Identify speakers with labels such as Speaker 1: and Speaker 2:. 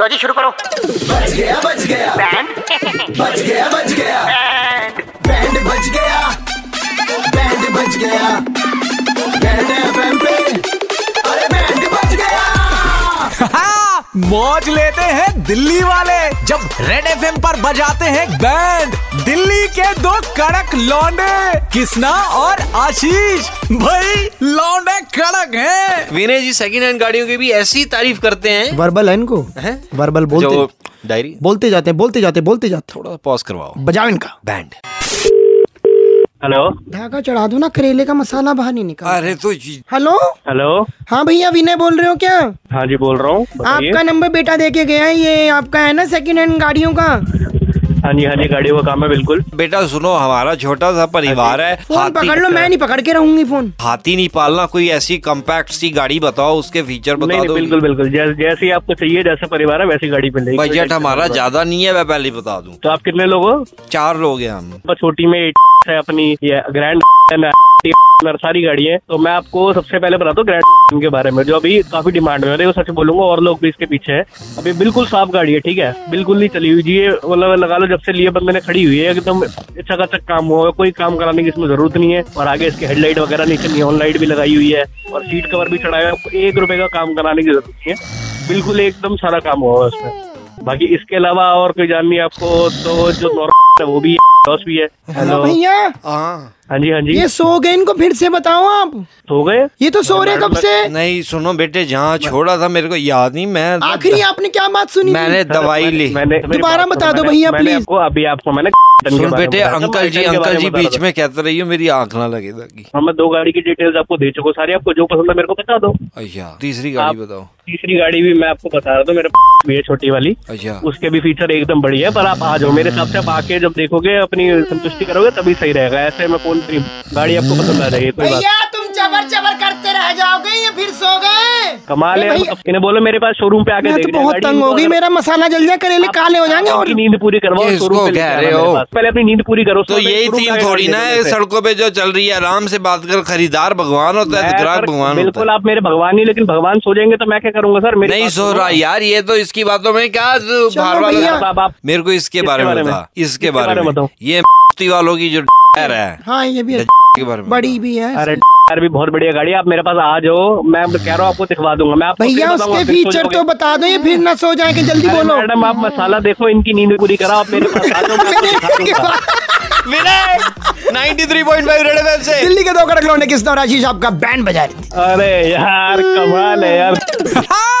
Speaker 1: लो जी शुरू करो
Speaker 2: बच गया बच गया
Speaker 1: बैंड
Speaker 2: बच गया बच गया
Speaker 1: बैंड
Speaker 2: बैंड बच गया बैंड बच गया बैंड एफएम पे अरे बैंड बच गया
Speaker 3: हाँ, मौज लेते हैं दिल्ली वाले जब रेड एफ पर बजाते हैं बैंड दिल्ली के दो कड़क लौंडे कृष्णा और आशीष भाई लौंडे कड़क हैं
Speaker 4: विनय जी सेकंड हैंड गाड़ियों की भी ऐसी तारीफ करते हैं
Speaker 5: वर्बल है इनको
Speaker 4: हैं?
Speaker 5: वर्बल
Speaker 4: जो
Speaker 5: बोलते
Speaker 4: डायरी
Speaker 5: बोलते जाते हैं बोलते जाते हैं, बोलते जाते
Speaker 4: थोड़ा पॉज करवाओ
Speaker 5: हैं। बजाओ इनका
Speaker 4: बैंड
Speaker 6: हेलो
Speaker 5: धागा चढ़ा दो ना करेले का मसाला बाहर नहीं निकल
Speaker 3: अरे तो
Speaker 5: हेलो
Speaker 6: हेलो
Speaker 5: हाँ भैया विनय बोल रहे हो क्या
Speaker 6: हाँ जी बोल रहा हूँ बताइए
Speaker 5: आपका नंबर बेटा देके गया है ये आपका है ना सेकंड हैंड गाड़ियों का
Speaker 6: हाँ जी हाँ जी गाड़ियों का काम है बिल्कुल
Speaker 4: बेटा सुनो हमारा छोटा सा परिवार है
Speaker 5: फोन पकड़ लो मैं नहीं पकड़ के रहूंगी फोन
Speaker 3: तो-
Speaker 4: हाथी नहीं पालना कोई ऐसी कम्पैक्ट सी गाड़ी बताओ उसके फीचर
Speaker 6: नहीं
Speaker 4: बता
Speaker 6: नहीं
Speaker 4: दो
Speaker 6: बिल्कुल बिल्कुल जैसे जैसी आपको चाहिए जैसा परिवार है वैसी गाड़ी मिल जाएगी कोई
Speaker 4: बजट
Speaker 6: टेंशन
Speaker 4: हमारा
Speaker 6: नहीं है।
Speaker 4: ज्यादा नहीं है मैं पहले ही बता दूं
Speaker 6: तो आप कितने लोग हो
Speaker 4: चार लोग हैं हम
Speaker 6: बस छोटी में 8 है अपनी ये ग्रैंड है, नर- सारी गाड़ी है तो मैं आपको सबसे पहले बताता हूँ ग्रैंड के बारे में जो अभी काफी डिमांड में है। अरे वो सच बोलूंगा और लोग भी इसके पीछे हैं अभी बिल्कुल साफ गाड़ी है ठीक है बिल्कुल नहीं चली हुई जी ये मतलब लगा लो जब से लिए बंद मैंने खड़ी हुई है एकदम अच्छा खासा काम हुआ है कोई काम कराने की इसमें जरूरत नहीं है और आगे इसकी हेडलाइट वगैरह नीचे नियॉन लाइट भी लगाई हुई है और सीट कवर भी चढ़ाया है आपको एक रुपए का काम कराने की जरूरत नहीं है बिल्कुल एकदम सारा काम हुआ है उसमें बाकी इसके अलावा और कोई जाननी है आपको तो जो नॉर्मल है वो भी है लॉस भी है
Speaker 5: हेलो
Speaker 6: हेलो
Speaker 5: भैया
Speaker 4: हाँ
Speaker 6: हाँ जी हाँ जी
Speaker 5: ये सो गए इनको फिर से बताओ आप
Speaker 6: हो गए
Speaker 5: ये तो सो रहे कब से
Speaker 4: नहीं सुनो बेटे जहाँ छोड़ा था मेरे को याद नहीं मैं
Speaker 5: आखिरी आपने क्या बात सुनी थी?
Speaker 4: मैंने दवाई ली
Speaker 6: मैंने
Speaker 5: दोबारा बता दो भैया, प्लीज।
Speaker 6: आपको अभी आपको मैंने
Speaker 4: सुन बेटे अंकल जी अंकल जी बीच में कहते रहियो मेरी आंख ना लगे ताकि
Speaker 6: हम हाँ, दो गाड़ी की डिटेल्स आपको दे चुका हूं सारी आपको जो पसंद है मेरे को बता दो
Speaker 4: अच्छा तीसरी गाड़ी
Speaker 6: आप-
Speaker 4: बताओ
Speaker 6: तीसरी गाड़ी भी मैं आपको बता रहा था मेरे पास भी है छोटी वाली
Speaker 4: अच्छा
Speaker 6: उसके भी फीचर एकदम बढ़िया है पर आप आ जाओ मेरे हिसाब से आप आके जब देखोगे अपनी संतुष्टि करोगे तभी सही रहेगा ऐसे में कौन सी गाड़ी आपको पसंद आ जाएगी कोई बात
Speaker 5: भैया तुम जबर जबर करते रह जाओगे ये फिर सो गए
Speaker 6: कमाल है
Speaker 5: भैया-
Speaker 6: इन्हें बोलो मेरे पास शोरूम पे आके
Speaker 5: मैं
Speaker 6: देख
Speaker 5: तो
Speaker 6: लेना,
Speaker 5: बहुत
Speaker 6: गाड़ी
Speaker 5: तंग
Speaker 6: इनको
Speaker 5: हो गई
Speaker 6: अगर-
Speaker 5: मेरा मसाला जल जाए करेले काले हो जाएंगे और
Speaker 6: आपकी नींद पूरी करवाओ
Speaker 4: ये
Speaker 6: शोरूम
Speaker 4: इसको
Speaker 6: पे लेके
Speaker 4: कह
Speaker 6: आना
Speaker 4: रहे
Speaker 6: मेरे
Speaker 4: हो।
Speaker 6: पास। पहले अपनी नींद पूरी करो
Speaker 4: तो
Speaker 6: उसके बाद
Speaker 4: यही
Speaker 6: शोरूम
Speaker 4: थीम
Speaker 6: पे
Speaker 4: थोड़ी ना
Speaker 6: आके
Speaker 4: है
Speaker 6: देखो
Speaker 4: सड़कों पे जो चल रही है आराम से बात कर खरीदार भगवान होता है
Speaker 6: मैं
Speaker 4: ग्राहक
Speaker 6: सर,
Speaker 4: भगवान
Speaker 6: बिल्कुल
Speaker 4: होता है
Speaker 6: आप मेरे भगवान ही लेकिन भगवान सो जाएंगे तो मैं क्या करूंगा सर मेरी
Speaker 4: नहीं
Speaker 6: बात
Speaker 4: सो
Speaker 6: सुनो।
Speaker 4: रहा यार ये तो इसकी बातों में क्या बार
Speaker 5: भैया।
Speaker 6: आप-
Speaker 4: बार
Speaker 6: आप- आप
Speaker 4: मेरे को इसके
Speaker 6: इसके
Speaker 4: बारे में
Speaker 6: बारे में।
Speaker 4: बता इसके
Speaker 6: इसके
Speaker 4: बारे
Speaker 6: बारे में
Speaker 4: में
Speaker 6: बताओ।
Speaker 4: ये वालों की जो है
Speaker 5: हाँ ये भी है।
Speaker 4: के बारे में
Speaker 5: बड़ी भी है
Speaker 6: अरे यार भी बहुत बढ़िया गाड़ी है, आप मेरे पास आ जाओ मैं कह रहा हूँ आपको दिखवा दूंगा मैं आपको
Speaker 5: भैया
Speaker 6: फिर बताऊंगा,
Speaker 5: उसके
Speaker 6: मतलब आप फिर सो
Speaker 5: फीचर
Speaker 6: जाओगे।
Speaker 5: तो बता दो ये फिर ना सो जाए कि जल्दी
Speaker 6: अरे
Speaker 5: बोलो
Speaker 6: मैडम आप मसाला देखो इनकी नींद पूरी कराओ आप मेरे पास आ जाओ मैं आपको दिखा दूंगा
Speaker 4: ninety three point five red F से
Speaker 5: दिल्ली के दो कड़क लौंडे किस तरह आशीष आपका बैंड बजा रही थी
Speaker 6: अरे यार कमाल है यार
Speaker 3: हाँ।